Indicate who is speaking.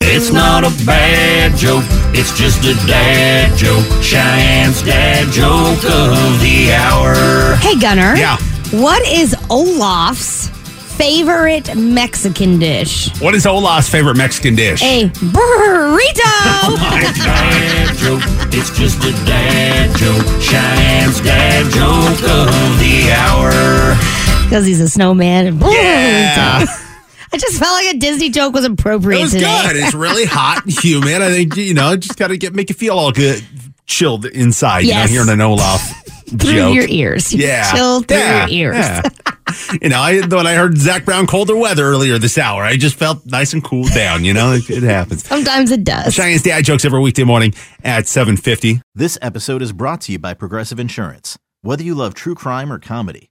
Speaker 1: It's not a bad joke, it's just a dad joke. Cheyenne's dad joke of the hour.
Speaker 2: Hey, Gunner.
Speaker 3: Yeah.
Speaker 2: What is Olaf's favorite Mexican dish?
Speaker 3: What is Olaf's favorite Mexican dish?
Speaker 2: A burrito.
Speaker 1: It's dad joke, it's just a dad joke. Cheyenne's dad joke of the hour.
Speaker 2: Because he's a snowman. Burrito.
Speaker 3: Yeah.
Speaker 2: I just felt like a Disney joke was appropriate
Speaker 3: It was
Speaker 2: today.
Speaker 3: good. It's really hot and humid. I think you know, just gotta get make you feel all good, chilled inside.
Speaker 2: Yes.
Speaker 3: You know, hearing an Olaf
Speaker 2: Through
Speaker 3: joke.
Speaker 2: your ears. You
Speaker 3: yeah,
Speaker 2: Chill through
Speaker 3: Yeah.
Speaker 2: your ears.
Speaker 3: Yeah. you know, I, when I heard Zach Brown colder weather earlier this hour, I just felt nice and cooled down. You know, it, it happens.
Speaker 2: Sometimes it does.
Speaker 3: Cheyenne's dad jokes every weekday morning at seven fifty.
Speaker 4: This episode is brought to you by Progressive Insurance. Whether you love true crime or comedy,